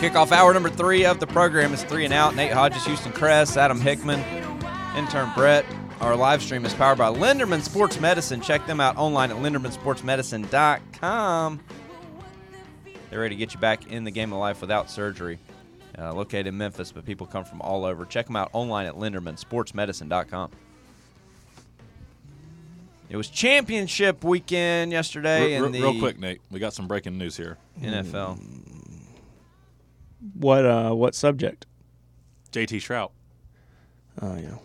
Kickoff hour number three of the program is three and out. Nate Hodges, Houston Crest, Adam Hickman, intern Brett. Our live stream is powered by Linderman Sports Medicine. Check them out online at lindermansportsmedicine.com. They're ready to get you back in the game of life without surgery. Uh, located in Memphis, but people come from all over. Check them out online at lindermansportsmedicine.com. It was championship weekend yesterday Re- in re- the real quick, Nate, we got some breaking news here. NFL. What uh what subject? JT Shrout. Oh yeah.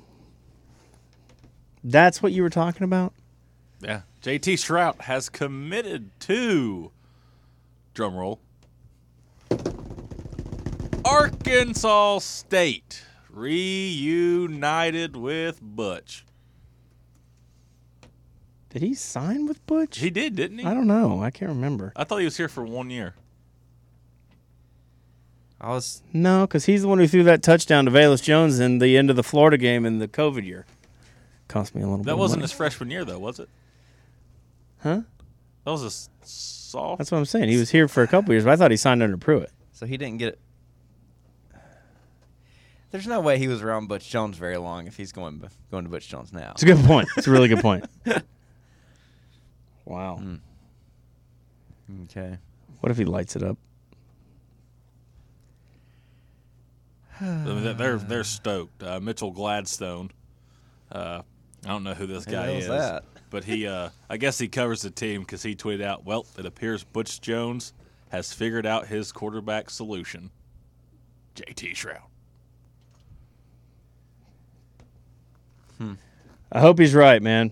That's what you were talking about? Yeah. JT Shrout has committed to drum roll. Arkansas State reunited with Butch. Did he sign with Butch? He did, didn't he? I don't know. I can't remember. I thought he was here for one year. I was No, because he's the one who threw that touchdown to Valus Jones in the end of the Florida game in the COVID year. Cost me a little bit. That of wasn't money. his freshman year, though, was it? Huh? That was his soft. That's what I'm saying. He was here for a couple years, but I thought he signed under Pruitt. so he didn't get it. There's no way he was around Butch Jones very long if he's going going to Butch Jones now. It's a good point. It's a really good point. wow. Hmm. Okay. What if he lights it up? I mean, they're- they're they're stoked. Uh, Mitchell Gladstone. Uh, I don't know who this Who guy the hell's is, that? but he uh, I guess he covers the team because he tweeted out, "Well, it appears Butch Jones has figured out his quarterback solution." JT Shroud. I hope he's right, man.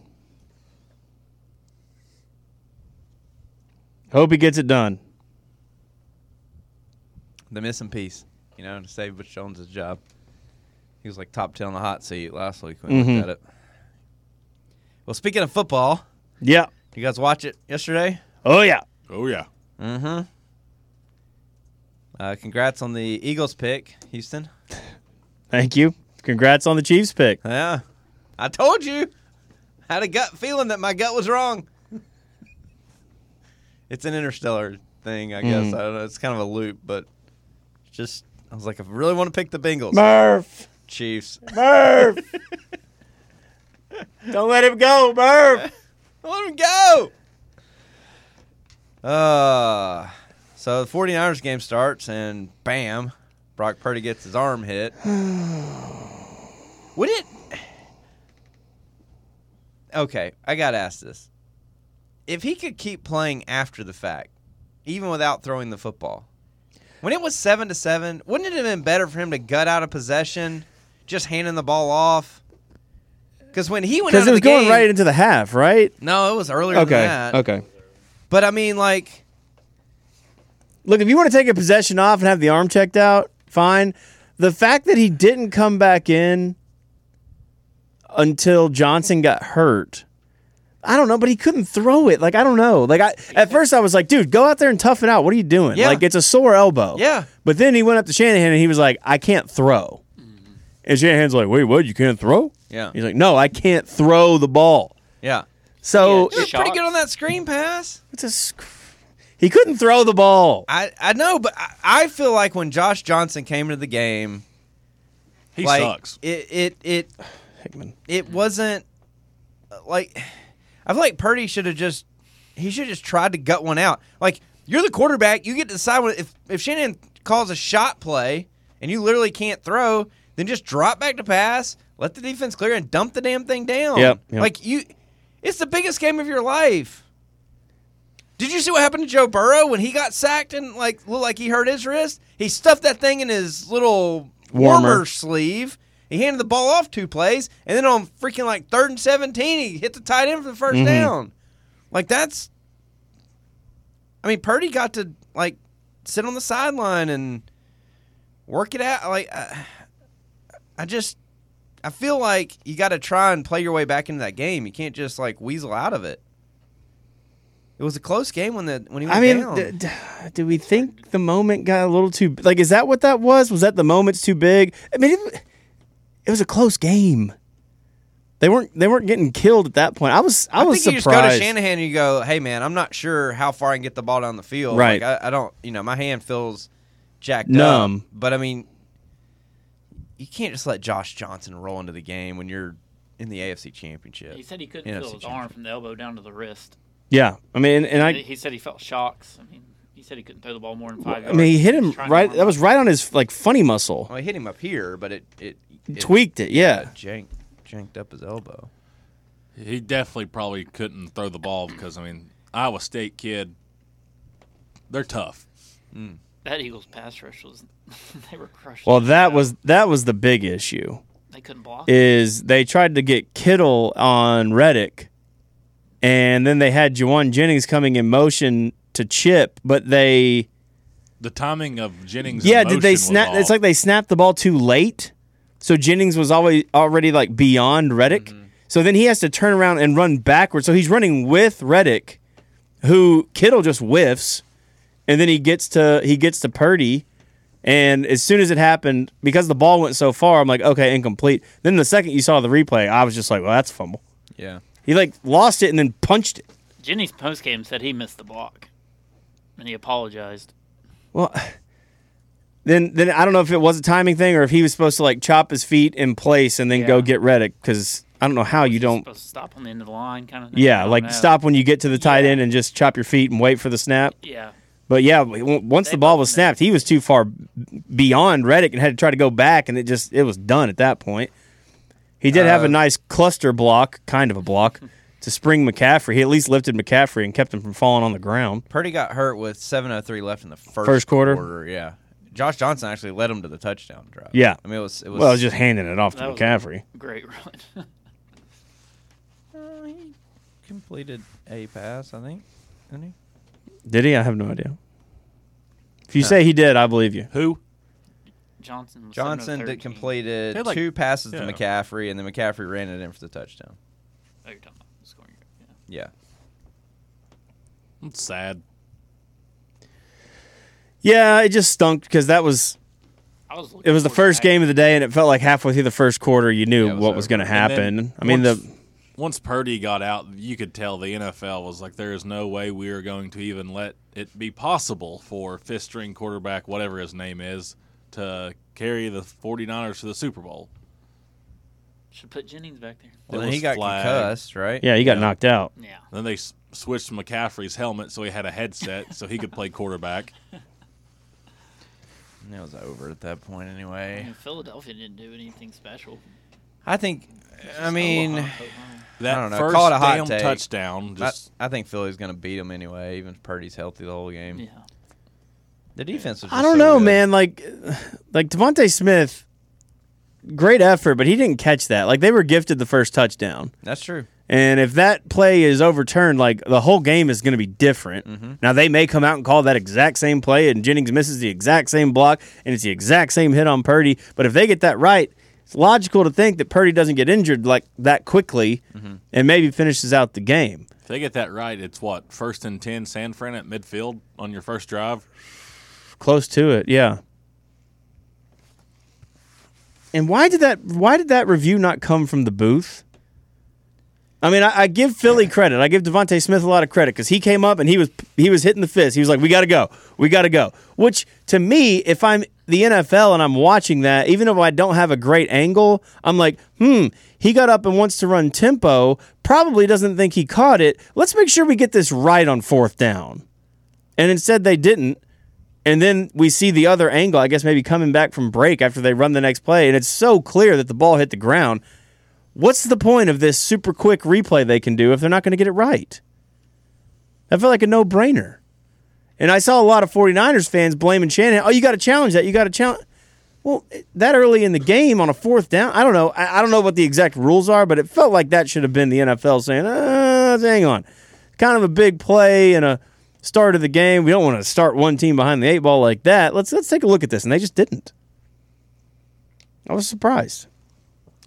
Hope he gets it done. The missing piece, you know, to save Butch Jones' job. He was like top ten on the hot seat last week when we looked at it. Well, speaking of football, Yeah. you guys watch it yesterday? Oh yeah. Oh yeah. Mm-hmm. Uh, congrats on the Eagles pick, Houston. Thank you. Congrats on the Chiefs pick. Yeah. I told you. I had a gut feeling that my gut was wrong. it's an interstellar thing, I guess. I don't know. It's kind of a loop, but just I was like, I really want to pick the Bengals. Murph. Chiefs. Murph. Don't let him go, Murph. Let him go. Uh so the 49ers game starts and bam, Brock Purdy gets his arm hit. Would it Okay, I got to ask this. If he could keep playing after the fact, even without throwing the football. When it was 7 to 7, wouldn't it have been better for him to gut out a possession, just handing the ball off? Cuz when he went out Because of it was the going game- right into the half, right? no, it was earlier than Okay. that. Okay. But I mean, like, Look, if you want to take a possession off and have the arm checked out, fine. The fact that he didn't come back in until Johnson got hurt. I don't know, but he couldn't throw it. Like I don't know. Like I at first I was like, dude, go out there and toughen out. What are you doing? Yeah. Like it's a sore elbow. Yeah. But then he went up to Shanahan and he was like, I can't throw. And Shanahan's like, wait, what? You can't throw? Mm-hmm. Yeah. He's like, no, I can't throw the ball. yeah, So you were it- pretty good on that screen pass. it's a sc- he couldn't throw the ball. I I know, but I, I feel like when Josh Johnson came into the game, He like sucks. it it it Hickman. it wasn't uh, like I feel like Purdy should have just he should have just tried to gut one out. Like you're the quarterback, you get to decide what, if if Shannon calls a shot play and you literally can't throw, then just drop back to pass, let the defense clear, and dump the damn thing down. Yep, yep. Like you, it's the biggest game of your life. Did you see what happened to Joe Burrow when he got sacked and like looked like he hurt his wrist? He stuffed that thing in his little Warmer. warmer sleeve. He handed the ball off two plays, and then on freaking like third and seventeen, he hit the tight end for the 1st down. Like that's, I mean, Purdy got to like sit on the sideline and work it out. Like I, I just, I feel like you got to try and play your way back into that game. You can't just like weasel out of it. It was a close game when the when he went I mean, down. d- d- do we think the moment got a little too like? Is that what that was? Was that the moment's too big? I mean, it, it was a close game. They weren't they weren't getting killed at that point. I was I, I, was think you surprised. just go to Shanahan and you go, "Hey man, I'm not sure how far I can get the ball down the field. Right. Like, I, I don't, you know, my hand feels jacked Numb. up. But I mean, you can't just let Josh Johnson roll into the game when you're in the AFC Championship. He said he couldn't Yeah, feel that's his a arm from the elbow down to the wrist. Yeah, I mean, and I, he said he felt shocks. I mean, he said he couldn't throw the ball more than five I yards. mean, he hit He's him trying to right. warm That up. was right on his like funny muscle. well, he hit him up here, but it it, it Tweaked it, yeah. janked janked up his elbow. He definitely probably couldn't throw the ball because I mean Iowa State kid, they're tough. that Eagles pass rush was. they were crushed. Well, that was that was the big issue. They couldn't block. Is they tried to get Kittle on Reddick, and then they had Jawan Jennings coming in motion to chip, but they The timing of Jennings. yeah, in did motion they was snap? off. It's like they snapped the ball too late, so Jennings was always already like beyond Reddick. Mm-hmm. So then he has to turn around and run backwards. So he's running with Reddick, who Kittle just whiffs, and then he gets to he gets to Purdy, and as soon as it happened, because the ball went so far, I'm like, okay, incomplete. Then the second you saw the replay, I was just like, well, that's a fumble. Yeah. He like lost it and then punched it. Jenny's postgame said he missed the block, and he apologized. Well, then then I don't know if it was a timing thing or if he was supposed to like chop his feet in place and then go Yeah. get Reddick because I don't know how you He's don't. supposed to stop on the end of the line, kind of. Thing. I Yeah, don't like know. stop when you get to the tight Yeah. end and just chop your feet and wait for the snap. Yeah, But yeah, w- once They the ball both was know. snapped, he was too far b- beyond Reddick and had to try to go back, and it just it was done at that point. He did have a Uh, nice cluster block, kind of a block, to spring McCaffrey. He at least lifted McCaffrey and kept him from falling on the ground. Purdy got hurt with 7:03 left in the first, First quarter? Yeah, Josh Johnson actually led him to the touchdown drive. Yeah. I mean it was it was, Well, I was just handing it off to That was- McCaffrey. great run. Uh, he completed a pass, I think. Didn't he? Did he? I have no idea. If you say he did, I believe you. who? Johnson. Was Johnson did 7 of 13. completed They had, like- two passes yeah. to McCaffrey, and then McCaffrey ran it in for the touchdown. Oh, you're talking about the scoring. Yeah. Yeah, I'm sad. Yeah, it just stunk because that was I was. it looking was the forward to first that. game of the day, and it felt like halfway through the first quarter you knew Yeah, it was what was over. going to happen. And then I mean, once, the once Purdy got out, you could tell the NFL was like, there is no way we are going to even let it be possible for fifth string quarterback, whatever his name is, to carry the 49ers to the Super Bowl. Should put Jennings back there. well, It then he was got flagged. concussed, right? yeah, he got knocked out. Yeah. Then they s- switched McCaffrey's helmet so he had a headset so he could play quarterback. And it was over at that point I anyway. mean, Philadelphia didn't do anything special. Oh, I think. I mean, I, Omaha, Omaha. That I don't know, first call it a hot damn take. touchdown just I think Philly's going to beat him anyway, even if Purdy's healthy the whole game. yeah. The defense was. I just don't so know, good. man. Like, like Devonte Smith, great effort, but he didn't catch that. Like they were gifted the first touchdown, That's true. and if that play is overturned, like the whole game is going to be different. Now they may come out and call that exact same play, and Jennings misses the exact same block, and it's the exact same hit on Purdy. But if they get that right. It's logical to think that Purdy doesn't get injured like that quickly, and maybe finishes out the game. If they get that right, it's what first and ten, San Fran at midfield on your first drive. Close to it, yeah. And why did that? Why did that review not come from the booth? I mean, I, I give Philly credit. I give Devonte Smith a lot of credit because he came up and he was he was hitting the fist. He was like, "We got to go, we got to go." Which to me, if I'm the NFL and I'm watching that, even if I don't have a great angle, I'm like, "Hmm." He got up and wants to run tempo. Probably doesn't think he caught it. Let's make sure we get this right on fourth down. And instead, they didn't. And then we see the other angle, I guess maybe coming back from break after they run the next play, and it's so clear that the ball hit the ground. What's the point of this super quick replay they can do if they're not going to get it right? That felt like a no brainer. And I saw a lot of 49ers fans blaming Shannon. Oh, you got to challenge that. You got to challenge. Well, that early in the game on a fourth down, I don't know. I, I don't know what the exact rules are, but it felt like that should have been the NFL saying, uh, hang on. Kind of a big play and a start of the game. We don't want to start one team behind the eight ball like that. Let's let's take a look at this. And they just didn't. I was surprised.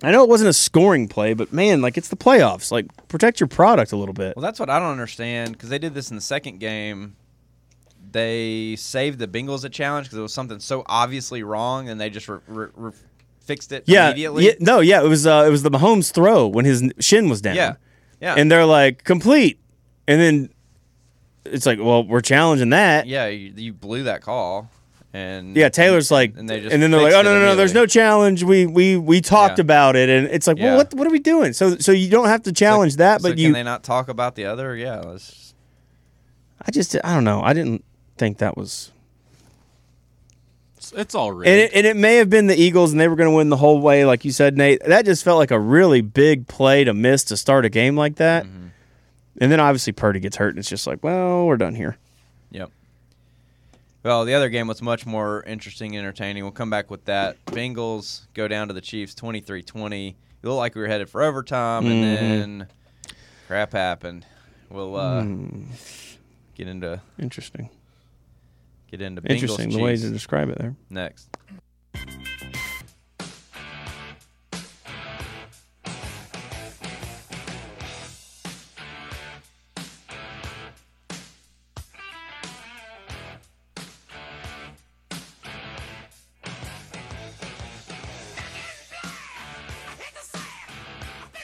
I know it wasn't a scoring play, but man, like it's the playoffs. Like protect your product a little bit. Well, that's what I don't understand because they did this in the second game. They saved the Bengals a challenge because it was something so obviously wrong, and they just re- re- re- fixed it yeah, immediately. yeah, no, yeah, it was uh, it was the Mahomes throw when his n- shin was down. yeah, yeah, and they're like complete, and then it's like, well, we're challenging that. yeah. You, you blew that call, And Yeah, Taylor's like, and, and they just then they're like, fixed oh it no, no, no, there's immediately. no challenge. We we we talked Yeah. about it, and it's like, well, Yeah. what what are we doing? So so you don't have to challenge that, So but can you, they not talk about the other? Yeah, let's I just I don't know. I didn't think that was, It's, it's all rigged. and it, and it may have been the Eagles, and they were going to win the whole way, like you said, Nate. That just felt like a really big play to miss to start a game like that, Mm-hmm. and then obviously Purdy gets hurt, and it's just like, well, we're done here. Yep. Well, the other game was much more interesting and entertaining. We'll come back with that. Bengals go down to the Chiefs 23 20. It looked like we were headed for overtime, and Mm-hmm. then crap happened. We'll uh, Hmm. get into Interesting, get into Bengals interesting the way to Chiefs describe it there. next.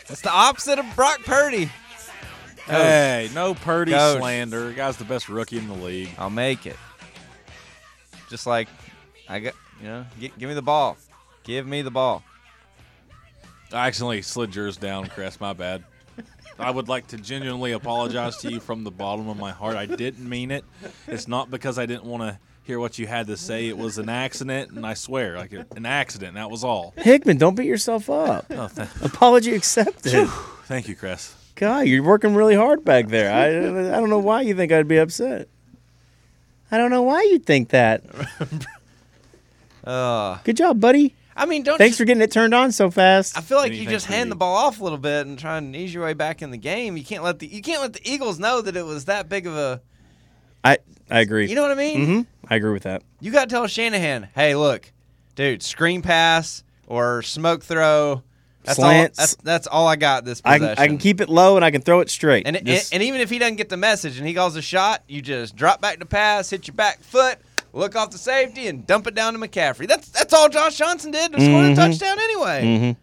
It's the opposite of Brock Purdy. hey, no Purdy Coach. slander. Guy's the best rookie in the league. I'll make it. Just like I got, you know, gi- give me the ball. Give me the ball. I accidentally slid yours down, Chris. My bad. I would like to genuinely apologize to you from the bottom of my heart. I didn't mean it. It's not because I didn't want to hear what you had to say. It was an accident, and I swear, like an accident. That was all. Hickman, don't beat yourself up. Oh. Apology accepted. Thank you, Chris. God, you're working really hard back there. I, I don't know why you think I'd be upset. I don't know why you think that. Uh, Good job, buddy. I mean, don't. Thanks you, for getting it turned on so fast. I feel like Many you thanks just for hand you. the ball off a little bit and try and ease your way back in the game. You can't let the you can't let the Eagles know that it was that big of a. I I agree. You know what I mean? hmm I agree with that. You got to tell Shanahan, hey, look, dude, screen pass or smoke throw. That's Slants. all. That's, that's all I got. This I possession. can, I can keep it low and I can throw it straight. And, Just- and and even if he doesn't get the message and he calls a shot, you just drop back to pass, hit your back foot, look off the safety, and dump it down to McCaffrey. That's that's all Josh Johnson did to score a Mhm. touchdown anyway. Mhm.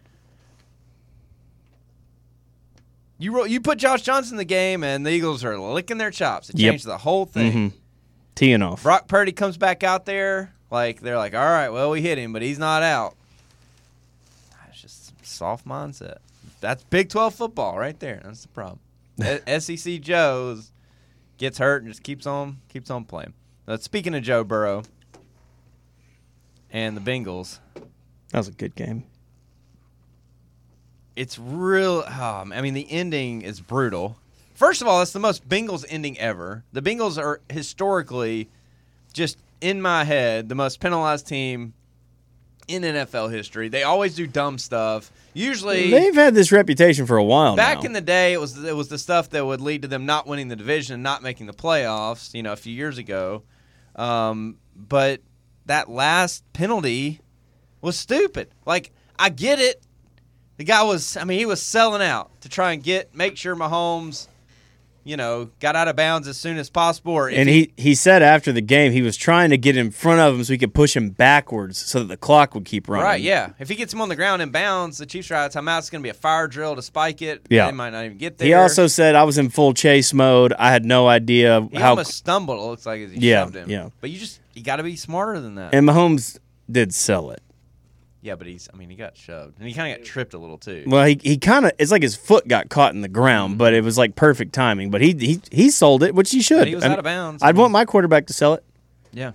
You ro- you put Josh Johnson in the game, and the Eagles are licking their chops. It Yep. changed the whole thing. Mhm. teeing off. Brock Purdy comes back out there, like they're like, all right, well we hit him, but he's not out. It's just soft mindset. That's Big Twelve football right there. That's the problem. E- SEC Joe's gets hurt and just keeps on keeps on playing. Now, speaking of Joe Burrow and the Bengals, That was a good game. it's real. Um, I mean, the ending is brutal. First of all, it's the most Bengals ending ever. The Bengals are historically just in my head the most penalized team in NFL history. They always do dumb stuff. Usually, They've had this reputation for a while back now. in the day, it was it was the stuff that would lead to them not winning the division and not making the playoffs. You know, a few years ago, um, but that last penalty was stupid. Like I get it. The guy was, I mean, he was selling out to try and get make sure Mahomes, you know, got out of bounds as soon as possible. Or if and he, he said after the game he was trying to get in front of him so he could push him backwards so that the clock would keep running. Right, yeah. If he gets him on the ground and bounds, the Chiefs are out of timeout. It's going to be a fire drill to spike it. Yeah. They might not even get there. He also said I was in full chase mode. I had no idea he how. almost stumbled, it looks like, as he Yeah, shoved him. yeah. But you just, you got to be smarter than that. and Mahomes did sell it. yeah, but he's, I mean, he got shoved. And he kind of got tripped a little, too. Well, he, he kind of it's like his foot got caught in the Mm-hmm. ground, but it was like perfect timing. But he he, he sold it, which he should. But he was I out mean, of bounds. I'd want my quarterback to sell it. Yeah.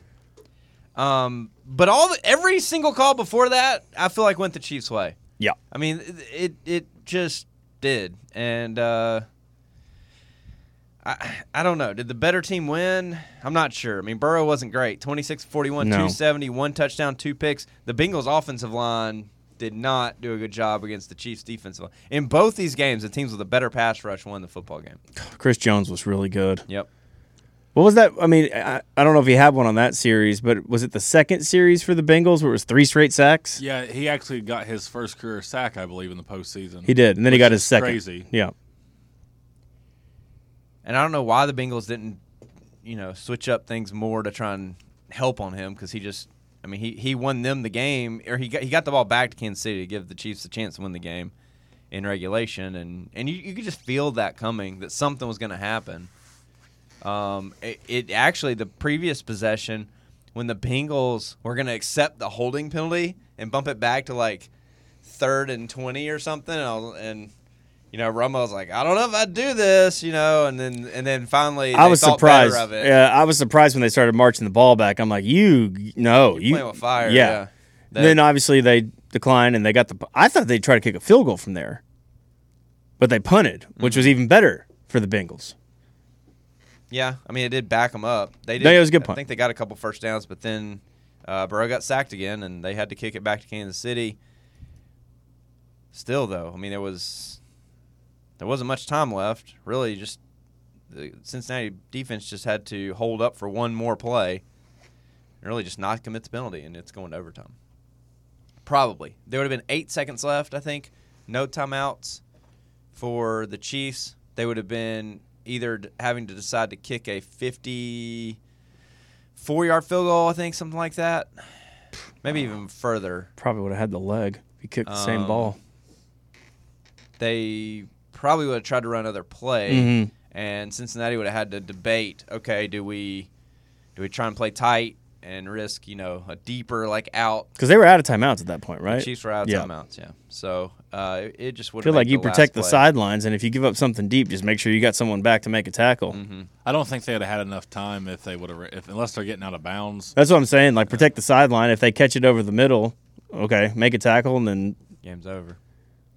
Um, but all the, every single call before that, I feel like went the Chiefs' way. Yeah, I mean, it it just did, and uh, I I don't know. Did the better team win? I'm not sure. I mean, Burrow wasn't great. 26 41, No. 270, one touchdown, two picks. The Bengals' offensive line did not do a good job against the Chiefs' defensive line. In both these games, the teams with a better pass rush won the football game. Chris Jones was really good. Yep. What was that? I mean, I, I don't know if he had one on that series, but was it the second series for the Bengals where it was three straight sacks? Yeah, he actually got his first career sack, I believe, in the postseason. He did, and then he got his is second. crazy. Yeah, And I don't know why the Bengals didn't, you know, switch up things more to try and help on him because he just, I mean, he, he won them the game, or he got, he got the ball back to Kansas City to give the Chiefs a chance to win the game in regulation, and and you, you could just feel that coming that something was going to happen. Um, it, it actually the previous possession when the Bengals were going to accept the holding penalty and bump it back to like third and 20 or something. And, I was, and you know, Romo was like, I don't know if I'd do this, you know, and then and then finally I they was thought better surprised. Of it. Yeah, I was surprised when they started marching the ball back. I'm like, you, no, you playing with fire. Yeah. yeah. then obviously they declined and they got the. I thought they'd try to kick a field goal from there, but they punted, which Mm-hmm. was even better for the Bengals. yeah, I mean, it did back them up. They did. No, it was a good I punt. think they got a couple first downs, but then uh, Burrow got sacked again, and they had to kick it back to Kansas City. Still, though, I mean, there was there wasn't much time left. Really, just the Cincinnati defense just had to hold up for one more play, and really just not commit the penalty, and it's going to overtime. Probably there would have been eight seconds left. I think no timeouts. for the Chiefs, they would have been either d- having to decide to kick a 54 yard field goal, I think, something like that. Maybe even further. Probably would have had the leg if he kicked the same Um, ball. They probably would have tried to run other play, Mhm. and Cincinnati would have had to debate okay, do we do we try and play tight and risk, you know, a deeper like out? Because they were out of timeouts at that point, right? Chiefs were out of Yeah. timeouts, yeah. So uh, it- it just would I feel have like been you the last protect the play. sidelines, and if you give up something deep, just make sure you got someone back to make a tackle. Mm-hmm. I don't think they'd have had enough time if they would have, if unless they're getting out of bounds. That's what I'm saying. Like protect the sideline. If they catch it over the middle, okay, make a tackle, and then Game's over.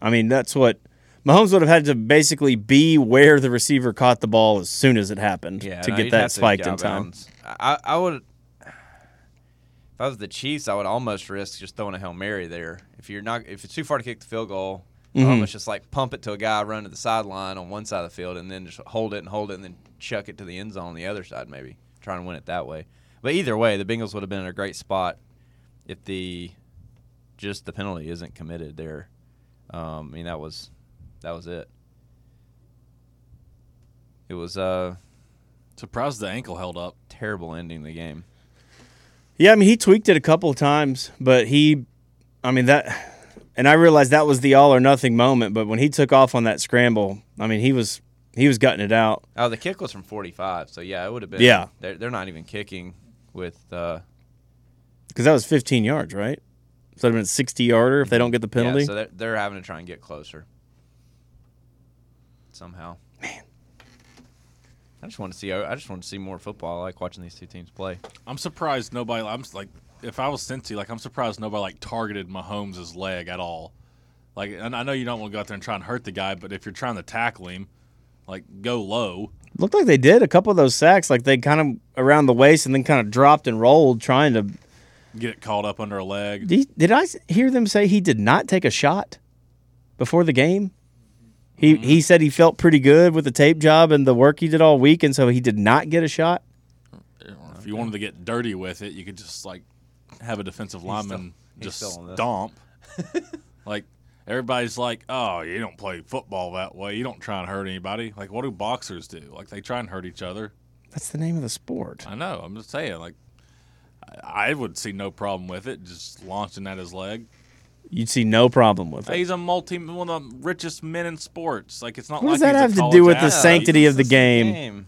I mean that's what Mahomes would have had to basically be where the receiver caught the ball as soon as it happened yeah, to no, get you'd that have to spiked get in out of time. bounds. I, I would. If I was the Chiefs, I would almost risk just throwing a hail mary there. If you're not, if it's too far to kick the field goal, I Mhm. almost just like pump it to a guy, run to the sideline on one side of the field, and then just hold it and hold it, and then chuck it to the end zone on the other side, maybe try and win it that way. But either way, the Bengals would have been in a great spot if the just the penalty isn't committed there. Um, I mean that was that was it. It was uh Surprised the ankle held up. terrible ending to the game. Yeah, I mean he tweaked it a couple of times, but he, I mean that, and I realized that was the all or nothing moment. But when he took off on that scramble, I mean he was he was gutting it out. Oh, the kick was from 45, so yeah, it would have been. Yeah. they're, they're not even kicking with. Uh, because that was 15 yards, right? So it'd have been a 60 yarder if they don't get the penalty. Yeah, so they're, they're having to try and get closer somehow. Man, I just want to see. I just want to see more football. I like watching these two teams play. I'm surprised nobody. I'm s- like, if I was Cincy, like I'm surprised nobody like targeted Mahomes' leg at all. Like, and I know you don't want to go out there and try and hurt the guy, but if you're trying to tackle him, like go low. Looked like they did a couple of those sacks, like they kind of around the waist and then kind of dropped and rolled, trying to. get it caught up under a leg. Did, he- did I s- hear them say he did not take a shot before the game? He Mm-hmm. he said he felt pretty good with the tape job and the work he did all week, and so he did not get a shot. If you wanted to get dirty with it, you could just like have a defensive lineman he's just still on this. stomp. like everybody's like, "Oh, you don't play football that way. You don't try and hurt anybody." Like what do boxers do? Like they try and hurt each other. That's the name of the sport. I know. I'm just saying like I I would see no problem with it, just launching at his leg. You'd see no problem with it. He's a multi, one of the richest men in sports. Like it's not. What does like that he's a have to do college with the athlete. sanctity of the It's game?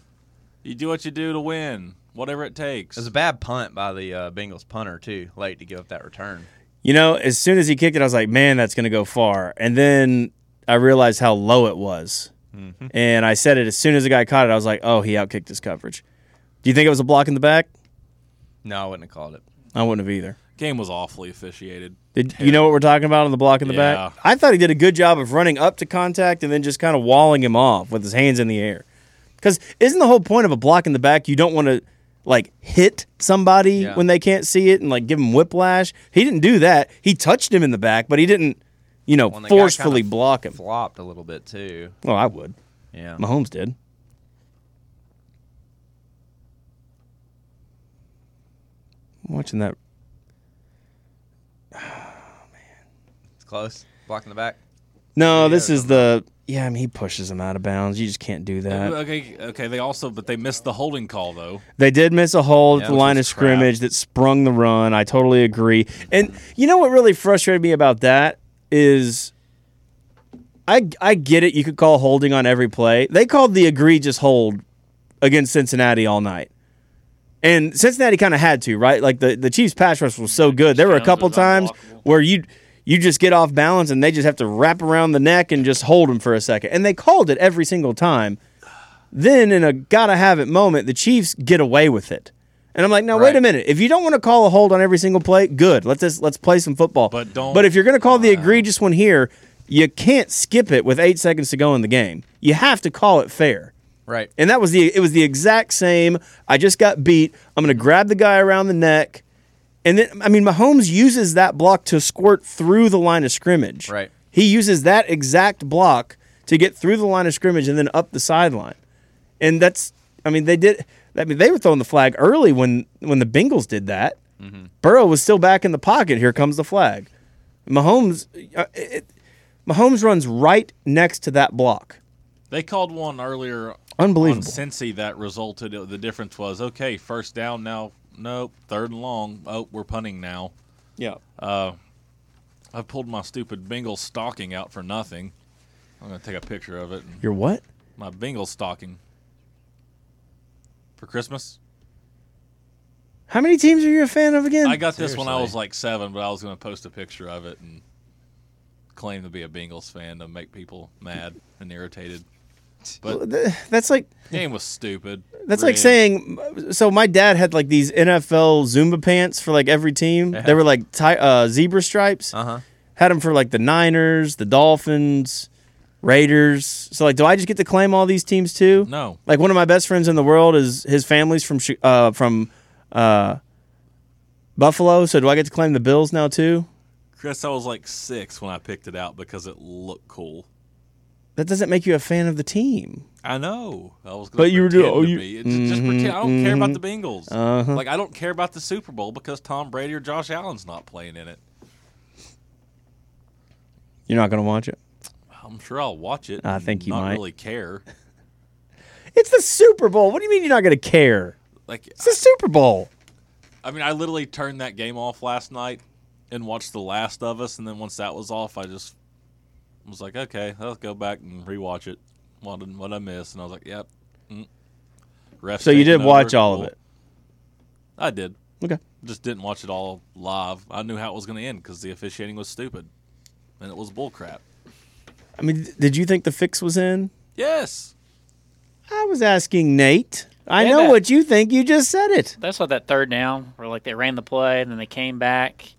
You do what you do to win, whatever it takes. It was a bad punt by the uh, Bengals punter too, late to give up that return. You know, as soon as he kicked it, I was like, man, that's going to go far. And then I realized how low it was. And I said it as soon as the guy caught it, I was like, oh, he outkicked his coverage. Do you think it was a block in the back? No, I wouldn't have called it. I wouldn't have either. Game was awfully officiated. Did you know what we're talking about on the block in the back? Yeah. I thought he did a good job of running up to contact and then just kind of walling him off with his hands in the air. Because isn't the whole point of a block in the back? You don't want to like hit somebody Yeah. when they can't see it and like give him whiplash. He didn't do that. He touched him in the back, but he didn't, you know, When the guy kinda forcefully block him. Flopped a little bit too. Well, I would. Yeah. Mahomes did. I'm watching that. It's close. Blocking the back. No, this yeah, is the. Yeah, I mean, he pushes him out of bounds. You just can't do that. Okay, okay. They also, but they missed the holding call though. They did miss a hold Yeah, at the which line of was crap. scrimmage that sprung the run. I totally agree. And you know what really frustrated me about that is I I get it. You could call holding on every play. They called the egregious hold against Cincinnati all night. And Cincinnati kind of had to, right? Like the, the Chiefs pass rush was so good. There were a Jones couple is times unblockable. where you you just get off balance and they just have to wrap around the neck and just hold them for a second. And they called it every single time. Then in a gotta have it moment, the Chiefs get away with it. And I'm like, now wait a Right. minute. If you don't want to call a hold on every single play, good. Let's just, let's play some football. But don't- But if you're going to call the Wow. egregious one here, you can't skip it with eight seconds to go in the game. You have to call it fair. Right. And that was the it was the exact same. I just got beat. I'm gonna grab the guy around the neck. And then I mean Mahomes uses that block to squirt through the line of scrimmage. Right. He uses that exact block to get through the line of scrimmage and then up the sideline. And that's I mean they did I mean they were throwing the flag early when when the Bengals did that. Burrow was still back in the pocket. Here comes the flag. Mahomes uh, it, Mahomes runs right next to that block. They called one earlier Unbelievable. on Cincy that resulted. The difference was okay, first down now. Nope, third and long. Oh, we're punting now. Yeah. I pulled my stupid Bengal stocking out for nothing. I'm gonna take a picture of it. You're what? My Bengal stocking for Christmas. How many teams are you a fan of again? I got this when I Seriously. was like seven, but I was gonna post a picture of it and claim to be a Bengals fan to make people mad and irritated. But Th- That's like the game was stupid. that's like rigged. saying. So my dad had like these NFL Zumba pants for like every team. They were like ti- uh, zebra stripes. Uh-huh. Uh huh. Had them for like the Niners, the Dolphins, Raiders. So like, do I just get to claim all these teams too? no. Like one of my best friends in the world is his family's from Chi- uh, from uh, Buffalo. So do I get to claim the Bills now too? Chris, I was like six when I picked it out because it looked cool. That doesn't make you a fan of the team. I know. I was going But you were doing- oh, you- be. Mm-hmm. Uh-huh. It- just, just pretend. I don't care about the Bengals. Like I don't care about the Super Bowl because Tom Brady or Josh Allen's not playing in it. You're not gonna watch it. I'm sure I'll watch it. I and think you not might. really care. It's the Super Bowl. What do you mean you're not gonna care? Like It's the Super Bowl. I mean, I literally turned that game off last night and watched The Last of Us, and then once that was off, I just was like, okay, I'll go back and rewatch it. What did what I miss? And I was like, yep. Mm. Ref's So you taking did watch over. all Cool. of it. I did. Okay. Just didn't watch it all live. I knew how it was going to end because the officiating was stupid, and it was bullcrap. I mean, th- did you think the fix was in? Yes, I was asking Nate. I Yeah, know that- what you think. You just said it. That's what that third down where like they ran the play and then they came back.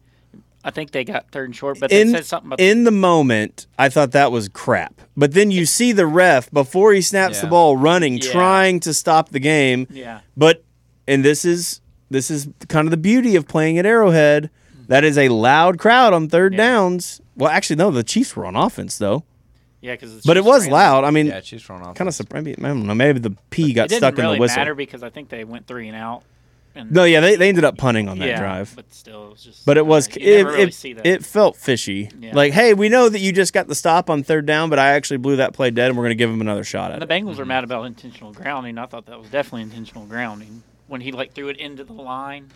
I think they got third and short, but they In, said something about in the moment, I thought that was crap. But then you see the ref before he snaps the Yeah. ball running, Yeah. trying to stop the game. yeah. But and this is this is kind of the beauty of playing at Arrowhead. That is a loud crowd on third Yeah. downs. Well, actually, no, the Chiefs were on offense though. Yeah, because But it was loud. I mean, Yeah, she's thrown off. kind of surprised. I don't know. Maybe the P It got didn't stuck really in the whistle. matter because I think they went three and out. And No, yeah, they, they ended up punting on that yeah, drive. but still, it was just. But it was you it, never really it, see that. it felt fishy. Yeah. Like, hey, we know that you just got the stop on third down, but I actually blew that play dead, and we're going to give him another shot at and the it. Bengals were mad about intentional grounding. I thought that was definitely intentional grounding when he like threw it into the line.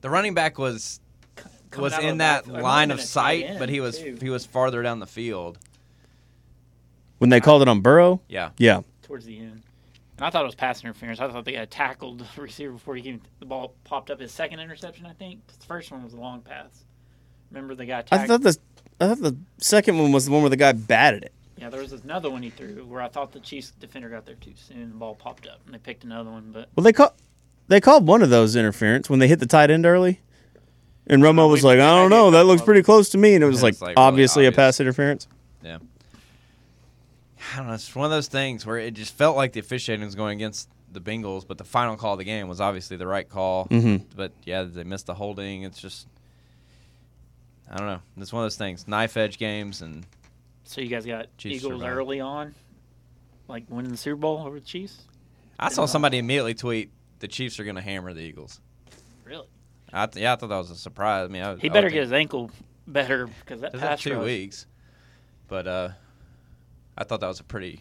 the running back was coming was out of in the that backfield. line Might of have been a tight sight, end, but he was too. he was farther down the field. When they called it on Burrow, Yeah. yeah, towards the end. And I thought it was pass interference. I thought they had tackled the receiver before he even, the ball popped up his second interception. I think 'Cause the first one was a long pass. Remember the guy tackled? I thought the I thought the second one was the one where the guy batted it. yeah, there was another one he threw where I thought the Chiefs defender got there too soon. and The ball popped up and they picked another one, but Well, they call they called one of those interference when they hit the tight end early, and Romo Oh, was we- like, I don't know, that looks pretty close to me, and it was It's like, like really obviously a obvious. pass interference. Yeah. I don't know. It's one of those things where it just felt like the officiating was going against the Bengals, but the final call of the game was obviously the right call. Mm-hmm. But yeah, they missed the holding. It's just, I don't know. It's one of those things. Knife edge games, and so you guys got Chiefs Eagles survived. early on, like winning the Super Bowl over the Chiefs. I saw somebody immediately tweet the Chiefs are going to hammer the Eagles. Really? I th- yeah, I thought that was a surprise. I mean, I, He I better would get think- his ankle better because that It's like pass two rush- weeks, but uh, I thought that was a pretty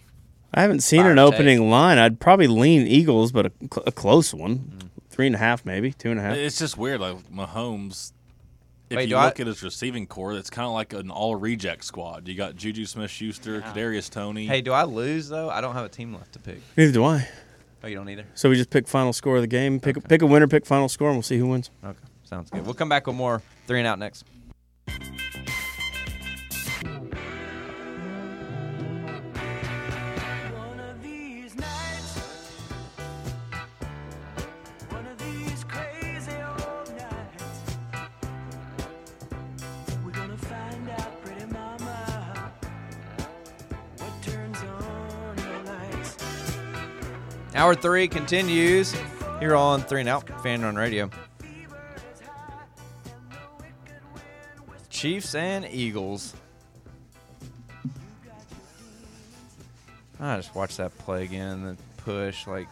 I haven't seen Fire an take. opening line. I'd probably lean Eagles, but a, cl- a close one, Mm. three and a half, maybe two and a half. it's just weird. Like Mahomes, if Wait, you do I- look at his receiving core, it's kind of like an all reject squad. You got Juju Smith-Schuster, Kadarius Tony. Hey, do I lose though? I don't have a team left to pick. Neither do I. Oh, you don't either. So we just pick final score of the game. Pick pick a winner, pick final score, and we'll see who wins. Okay, sounds good. We'll come back with more three and out next. One of these nights, one of these crazy old nights, we're gonna find out, pretty mama, what turns on your lights. Hour three continues here on Three and Out Fan Run Radio. Chiefs and Eagles. I just watched that play again. The push, like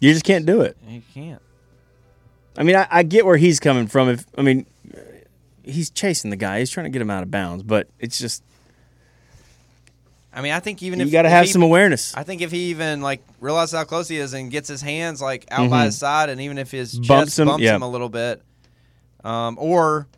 You just can't do it. you can't. I mean, I, I get where he's coming from. If I mean, he's chasing the guy. He's trying to get him out of bounds, but it's just I mean, I think even if you got to if have he- some awareness. I think if he even like realizes how close he is and gets his hands like out by his side, and even if his chest Mm-hmm. Bumps bumps him, him, yeah. a little bit, um, or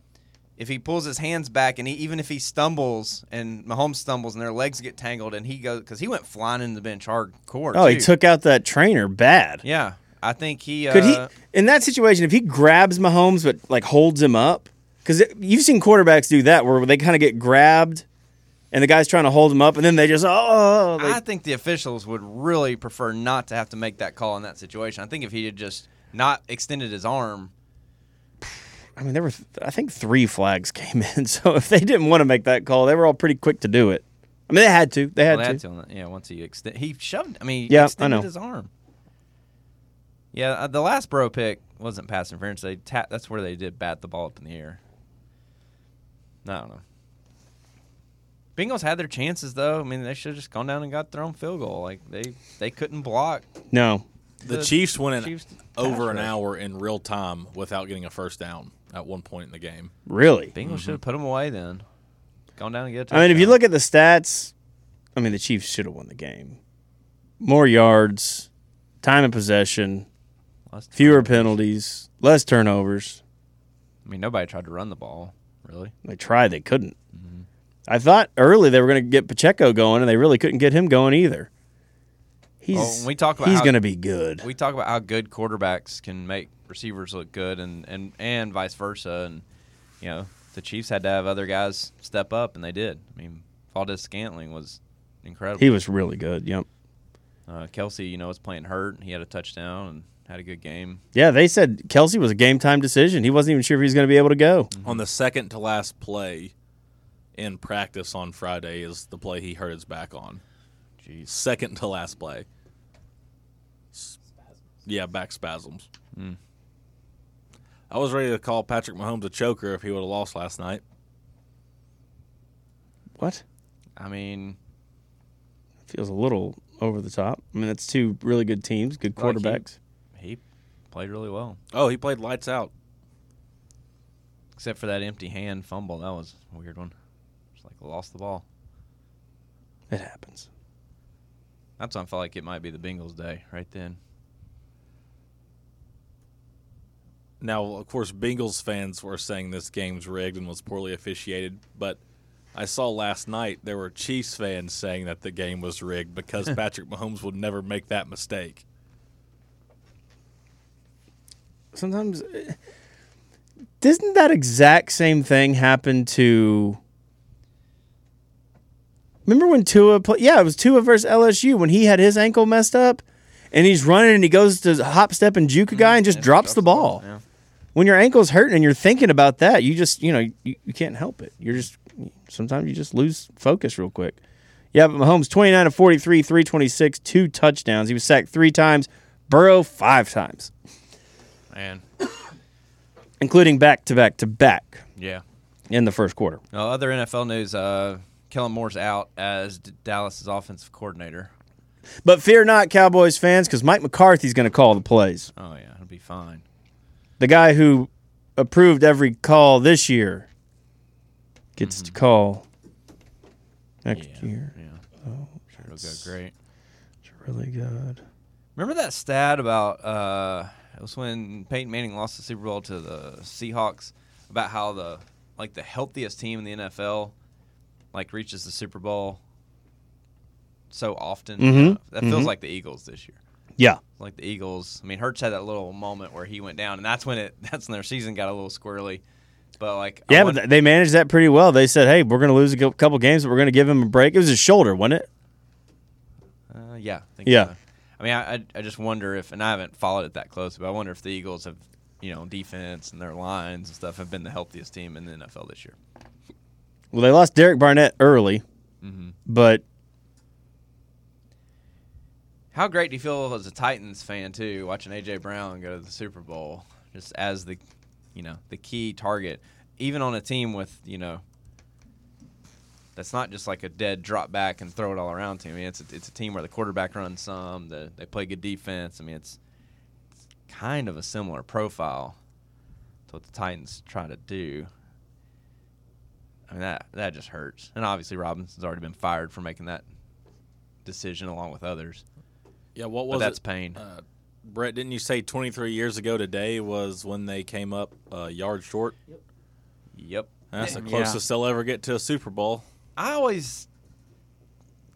if he pulls his hands back and he, even if he stumbles and Mahomes stumbles and their legs get tangled and he goes because he went flying into the bench hardcore. Oh, he too. took out that trainer bad. Yeah, I think he Could he uh, in that situation if he grabs Mahomes but like holds him up? Because you've seen quarterbacks do that where they kind of get grabbed, and the guy's trying to hold him up, and then they just oh. they- I think the officials would really prefer not to have to make that call in that situation. I think if he had just not extended his arm, I mean, there were th- I think three flags came in, so if they didn't want to make that call, they were all pretty quick to do it. I mean, they had to. They had, Well, to. that's on that- Yeah, once he extend, he shoved. I mean, he Yeah, I extended know. his arm. Yeah, uh, the last bro pick wasn't pass interference. They ta- That's where they did bat the ball up in the air. I don't know. Bengals had their chances though. I mean, they should have just gone down and got their own field goal. Like they they couldn't block. No, The, The Chiefs went in Chiefs over an pass rush. hour in real time without getting a first down at one point in the game. really. Bengals should have put them away then. Gone down and get. A Mm-hmm. I mean, if you touchdown. look at the stats, I mean, the Chiefs should have won the game. More yards, time of possession, Lost- fewer penalties, less turnovers. I mean, nobody tried to run the ball really. They tried, they couldn't. Mm-hmm. I thought early they were going to get Pacheco going, and they really couldn't get him going either. He's Well, when we talk about he's how- going to be good. we talk about how good quarterbacks can make receivers look good and, and, and vice versa and you know the chiefs had to have other guys step up and they did i mean valdez scantling was incredible he was really good. Yep. uh, kelsey you know was playing hurt and he had a touchdown and had a good game Yeah, they said Kelsey was a game time decision. He wasn't even sure if he was going to be able to go. Mm. On the second to last play in practice on Friday is the play he hurt his back on. jeez Second to last play. S- Yeah, back spasms. I was ready to call Patrick Mahomes a choker if he would have lost last night. What? i mean Feels a little over the top. I mean, that's two really good teams, good Well, he- quarterbacks. he played really well Oh, he played lights out. except for that empty hand fumble that was a weird one just like lost the ball It happens. that's when i felt like it might be the bengals day right then Now, of course, Bengals fans were saying this game's rigged and was poorly officiated, but I saw last night there were Chiefs fans saying that the game was rigged because Patrick Mahomes would never make that mistake. Sometimes, eh, doesn't that exact same thing happen to? Remember when Tua played? Yeah, it was Tua versus LSU when he had his ankle messed up, and he's running and he goes to hop, step, and juke a guy and just Yeah, Mm-hmm. drops, the ball. yeah. When your ankle's hurting and you're thinking about that, you just you know you, you can't help it. You're just sometimes you just lose focus real quick. Yeah, but Mahomes 29 of 43, 326, two touchdowns. He was sacked three times, Burrow five times man including back to back to back yeah in the first quarter. No, other NFL news, uh, Kellen Moore's out as D- Dallas's offensive coordinator. But fear not, Cowboys fans, because Mike McCarthy's going to call the plays. Oh yeah, it'll be fine. The guy who approved every call this year gets to call next Mm-hmm. Yeah, year. yeah, Oh, sure it'll go great. It's really good. Remember that stat about uh, it was when Peyton Manning lost the Super Bowl to the Seahawks about how the like the healthiest team in the NFL like reaches the Super Bowl so often. Mhm. enough. That feels Mhm. like the Eagles this year. Yeah. Like the Eagles. I mean, Hurts had that little moment where he went down, and that's when it. That's when their season got a little squirrely. But like, I Yeah, but wonder- th- they managed that pretty well. They said, "Hey, we're going to lose a cou- couple games, but we're going to give him a break." It was his shoulder, wasn't it? Uh, yeah. I think Yeah. so. I mean, I, I I just wonder if, and I haven't followed it that close, but I wonder if the Eagles have, you know, defense and their lines and stuff have been the healthiest team in the NFL this year. Well, they lost Derek Barnett early, Mm-hmm. but How great do you feel as a Titans fan too, watching AJ Brown go to the Super Bowl, just as the, you know, the key target, even on a team with you know. That's not just like a dead drop back and throw it all around team. I mean, it's a, it's a team where the quarterback runs some, the, they play good defense. I mean, it's, it's kind of a similar profile to what the Titans try to do. I mean, that that just hurts. And obviously, Robinson's already been fired for making that decision along with others. Yeah, what But was that's it? pain. Uh, Brett, didn't you say 23 years ago today was when they came up a yard short? Yep. That's the Yeah. closest they'll ever get to a Super Bowl. I always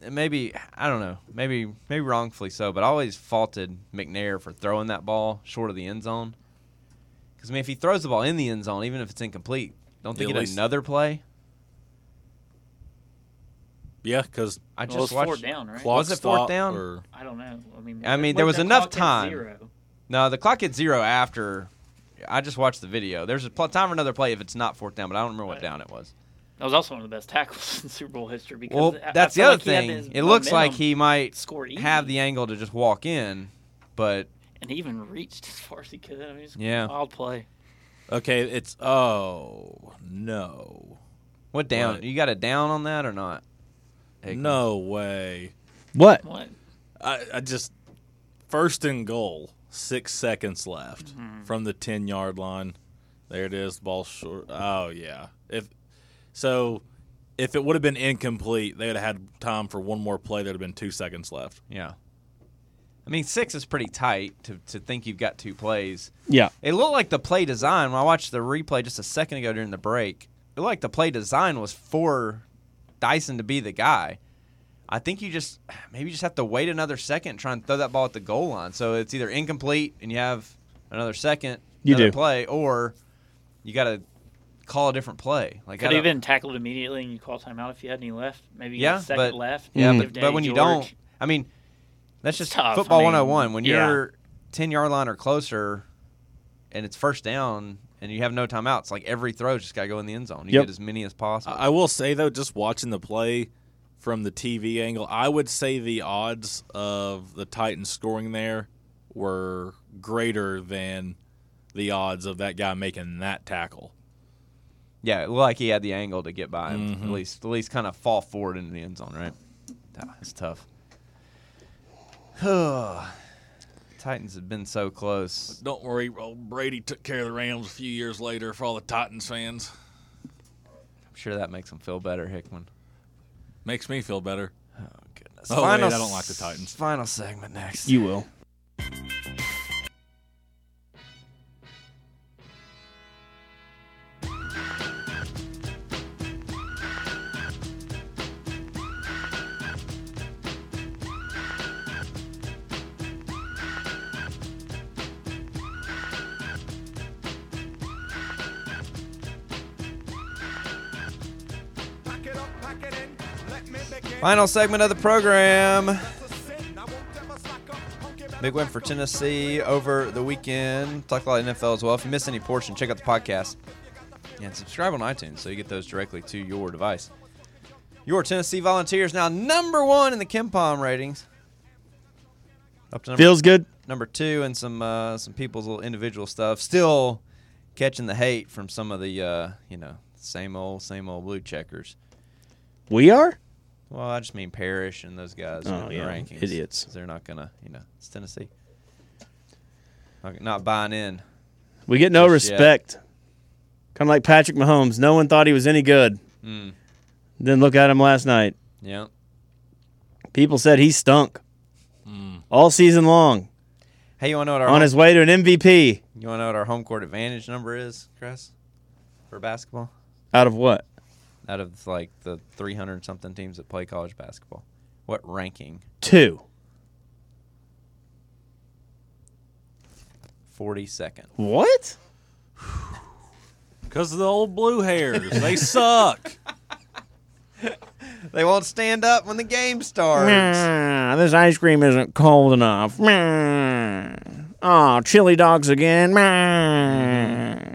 and maybe I don't know, maybe maybe wrongfully so, but I always faulted McNair for throwing that ball short of the end zone. Because I mean, if he throws the ball in the end zone, even if it's incomplete, don't they Yeah, at get least- another play? Yeah, because I Well, just it's four watched. down, right? clock Was it fourth stop down? Or, I don't know. I mean, I mean, what there if was the enough clock hit time. Zero. No, the clock at zero after. I just watched the video. There's a pl- time for another play if it's not fourth down, but I don't remember what Right. down it was. That was also one of the best tackles in Super Bowl history. Because Well, I- I that's the felt other like he had thing. his It looks like momentum he might scored easy, have the angle to just walk in, but and he even reached as far as he could. I mean, it's Yeah. yeah, wild play. okay, it's oh no, what down? Right. You got a down on that or not? Hickman? no way. what? What? I, I just first and goal, six seconds left Mm-hmm. from the ten yard line. There it is, ball short. Oh yeah. If so, if it would have been incomplete, they would have had time for one more play. There'd have been two seconds left. Yeah. I mean, six is pretty tight to, to think you've got two plays. Yeah. It looked like the play design, when I watched the replay just a second ago during the break, it looked like the play design was for Dyson to be the guy. I think you just maybe you just have to wait another second and try and throw that ball at the goal line. So it's either incomplete and you have another second, You another do. play, or you got to call a different play. Like I Could have don't- been tackled immediately, and you call timeout if you had any left. Maybe you Yeah, got a second but- left. Yeah, Give Mm. but, Danny but when you George- don't, I mean, that's just tough. I football mean, 101. When yeah. you're 10 yard line or closer and it's first down and you have no timeouts, like every throw just got to go in the end zone. You Yep. get as many as possible. I I will say though, just watching the play from the TV angle, I would say the odds of the Titans scoring there were greater than the odds of that guy making that tackle. yeah, it looked like he had the angle to get by him, Mm-hmm. at least, at least kind of fall forward into the end zone, right? Ah, That's tough. Titans have been so close. Don't worry, old Brady took care of the Rams a few years later for all the Titans fans. I'm sure that makes them feel better, Hickman. Makes me feel better. Oh, goodness. Oh, wait, I don't like the Titans. Final segment next. You will. Pack it up, pack it in, let me begin. Final segment of the program. That's a sin, I won't ever slack up. Honky better Big win back for up. Tennessee over the weekend. Talk a lot of NFL as well. If you miss any portion, check out the podcast and subscribe on iTunes so you get those directly to your device. Your Tennessee Volunteers now number one in the Kempom ratings. Up to number, Feels good. number two and some uh, some people's little individual stuff. Still catching the hate from some of the uh, you know same old same old blue checkers. We are. Well, I just mean Parrish and those guys in Oh, the yeah. rankings. Idiots. They're not gonna, you know, it's Tennessee. Not- Not buying in. We get no Just yet. respect. Kind of like Patrick Mahomes. No one thought he was any good. Mm. Then look at him last night. Yeah. People said he stunk Hmm. all season long. Hey, you wanna know what our On home, his way to an MVP. you wanna know what our home court advantage number is, Chris, for basketball? Out of what? Out of like the 300 something teams that play college basketball, What ranking? Two. 42nd. What? Because of the old blue hairs. They suck. They won't stand up when the game starts. Meh, this ice cream isn't cold enough. Meh. Oh, chili dogs again. Meh.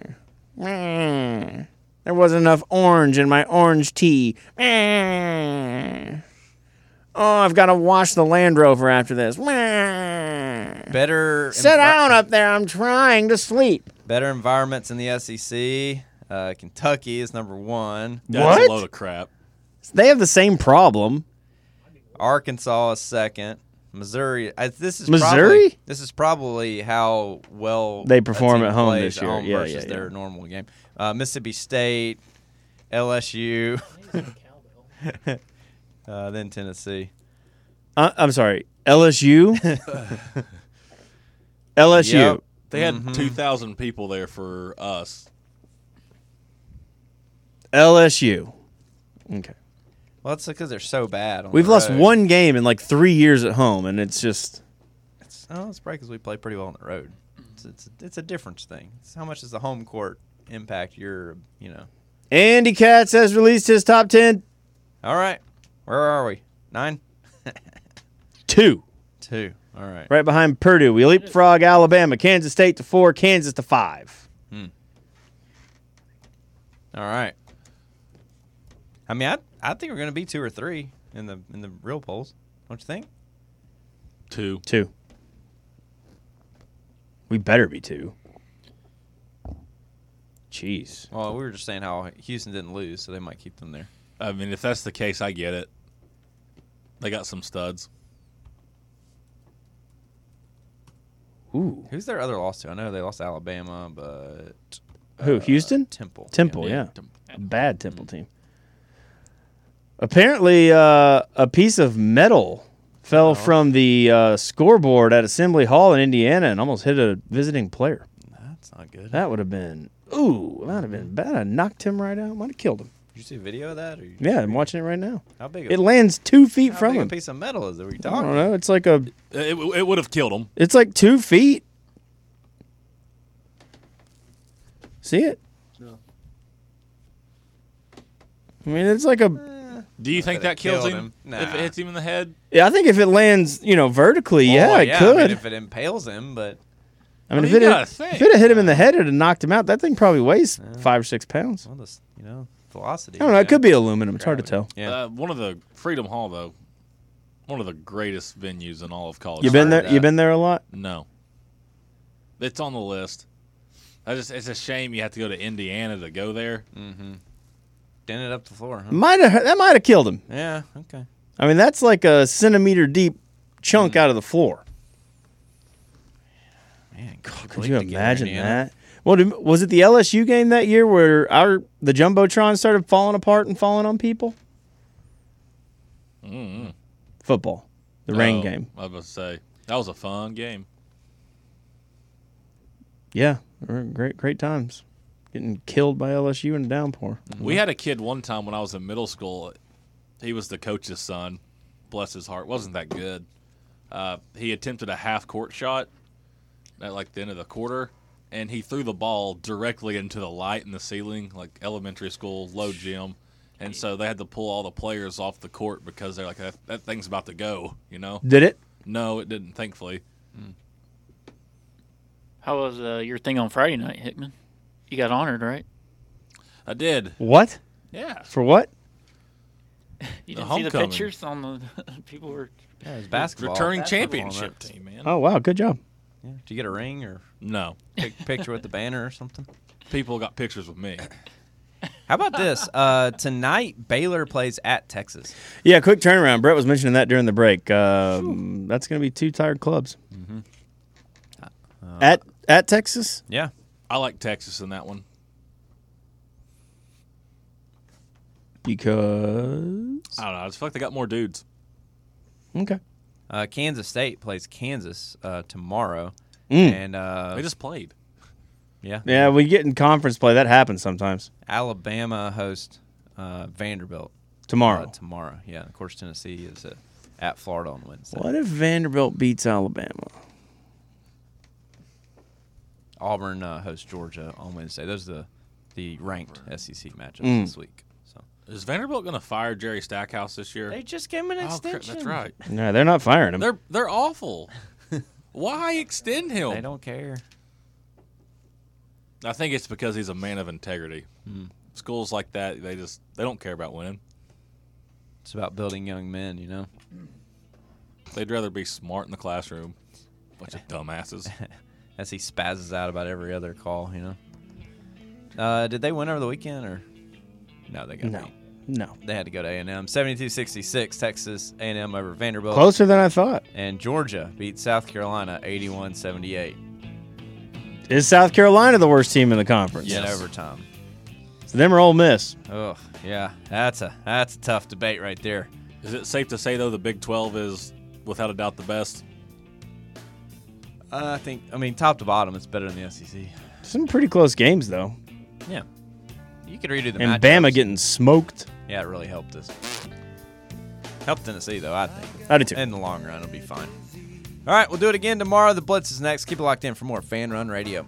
Meh. There wasn't enough orange in my orange tea. Meh. Oh, I've got to wash the Land Rover after this. Meh. Better Sit envi- down up there. I'm trying to sleep. Better environments in the SEC. Uh, Kentucky is number one. That's What? a load of crap. They have the same problem. Arkansas is second. Missouri. I, this is Probably, Missouri? this is probably how well They a perform team at home plays this at year. home Yeah, versus yeah, yeah. their normal game. Uh, Mississippi State, LSU, uh, then Tennessee. Uh, I'm sorry, LSU. LSU. Yep. They had 2,000 people there for us. LSU. Okay. Well, that's because they're so bad. On We've the lost road. one game in like three years at home, and it's just It's, oh, it's probably because we play pretty well on the road. It's, it's, it's a difference thing. It's how much does the home court impact your, you know? Andy Katz has released his top 10 All right. Where are we? Nine? two, Two. All right. right behind Purdue. We leapfrog Alabama, Kansas State to four, Kansas to five. All right. I mean, I I think we're gonna be two or three in the in the real polls. Don't you think? Two. Two. We better be two. Jeez. Well, we were just saying how Houston didn't lose, so they might keep them there. I mean, if that's the case, I get it. They got some studs. Ooh. Who's their other loss to? I know they lost to Alabama, but Who? uh, Houston? Temple. Temple, yeah. Bad Temple team. Apparently, uh, a piece of metal Oh. fell from the uh, scoreboard at Assembly Hall in Indiana and almost hit a visiting player. That's not good. That would have been ooh, that would have been bad. I knocked him right out. Might have killed him. Did you see a video of that? Or you, Yeah, I'm watching it right now. How big? A, It lands two feet how from big a him. piece of metal is that we I talking? don't know. It's like a. Uh, It, it would have killed them. It's like two feet. See it? No. I mean, it's like a. Do you think that it that kills killed him? him. If Nah. it hits him in the head? Yeah, I think if it lands, you know, vertically, yeah, Well, it Oh, yeah, I could. mean, if it impales him, but I mean, Well, if you it gotta had, think. if it had hit him in the head, it'd have knocked him out. That thing probably weighs five or six pounds. well, this you know velocity. I don't know. It could be aluminum. It's hard to tell. Yeah. Uh, one of the Freedom Hall, though, one of the greatest venues in all of college. You been football. there? You been there a lot? No. It's on the list. I just it's a shame you have to go to Indiana to go there. Dent it up the floor. Huh? Might have. That might have killed him. Yeah. Okay. I mean, that's like a centimeter deep chunk out of the floor. Man, Could you imagine that? Well, did- was it the LSU game that year where our the jumbotron started falling apart and falling on people? Football, the rain Oh, game. I was about to say that was a fun game. Yeah, there were great great times. Getting killed by LSU in a downpour. We had a kid one time when I was in middle school. He was the coach's son. Bless his heart. Wasn't that good. Uh, he attempted a half court shot at like the end of the quarter, and he threw the ball directly into the light in the ceiling, like elementary school, low gym. And so they had to pull all the players off the court because they're like, that, that thing's about to go, you know? Did it? No, it didn't, thankfully. How was uh, your thing on Friday night, Hickman? You got honored, right? I did. What? Yeah. For what? You The didn't see the homecoming. pictures on the people were. Yeah, it was basketball. Returning Basketball, championship that's- team, man. Oh wow, good job. Yeah. Did you get a ring or No. pic- picture with the banner or something? People got pictures with me. How about this? Uh, tonight, Baylor plays at Texas. Yeah, quick turnaround. Brett was mentioning that during the break. Um, that's going to be two tired clubs. Mm-hmm. Uh, at at Texas, Yeah. I like Texas in that one. because I don't know. I just feel like they got more dudes. okay, Uh, Kansas State plays Kansas uh, tomorrow. Mm. And uh, They just played. yeah, yeah, we get in conference play. That happens sometimes. Alabama hosts uh, Vanderbilt uh, Tomorrow, tomorrow. Yeah. Of course, Tennessee is a at Florida on Wednesday. What if Vanderbilt beats Alabama? Auburn uh, hosts Georgia on Wednesday. Those are the the ranked SEC matchups Mm. this week. So Is Vanderbilt going to fire Jerry Stackhouse this year? they just gave him an oh, crap, extension. that's right. No, they're not firing him. They're they're awful. Why extend him? They don't care. I think it's because he's a man of integrity. Schools like that, they just they don't care about winning. It's about building young men, you know. They'd rather be smart in the classroom. Bunch of dumbasses. As he spazzes out about every other call, you know. Uh, did they win over the weekend or? No, they got no, beat. no. They had to go to A and M. 72-66, Texas A and M over Vanderbilt. Closer than I thought. And Georgia beat South Carolina 81-78 Is South Carolina the worst team in the conference? in Yes. overtime. So them are Ole Miss. Oh yeah, that's a that's a tough debate right there. Is it safe to say though the Big Twelve is without a doubt the best? Uh, I think I mean top to bottom, it's better than the SEC. Some pretty close games though, Yeah, you could redo the and matchups. Bama getting smoked. yeah, it really helped us. Helped Tennessee though, I think. I do too. In the long run, it'll be fine. All right, we'll do it again tomorrow. The Blitz is next. Keep it locked in for more Fan Run Radio.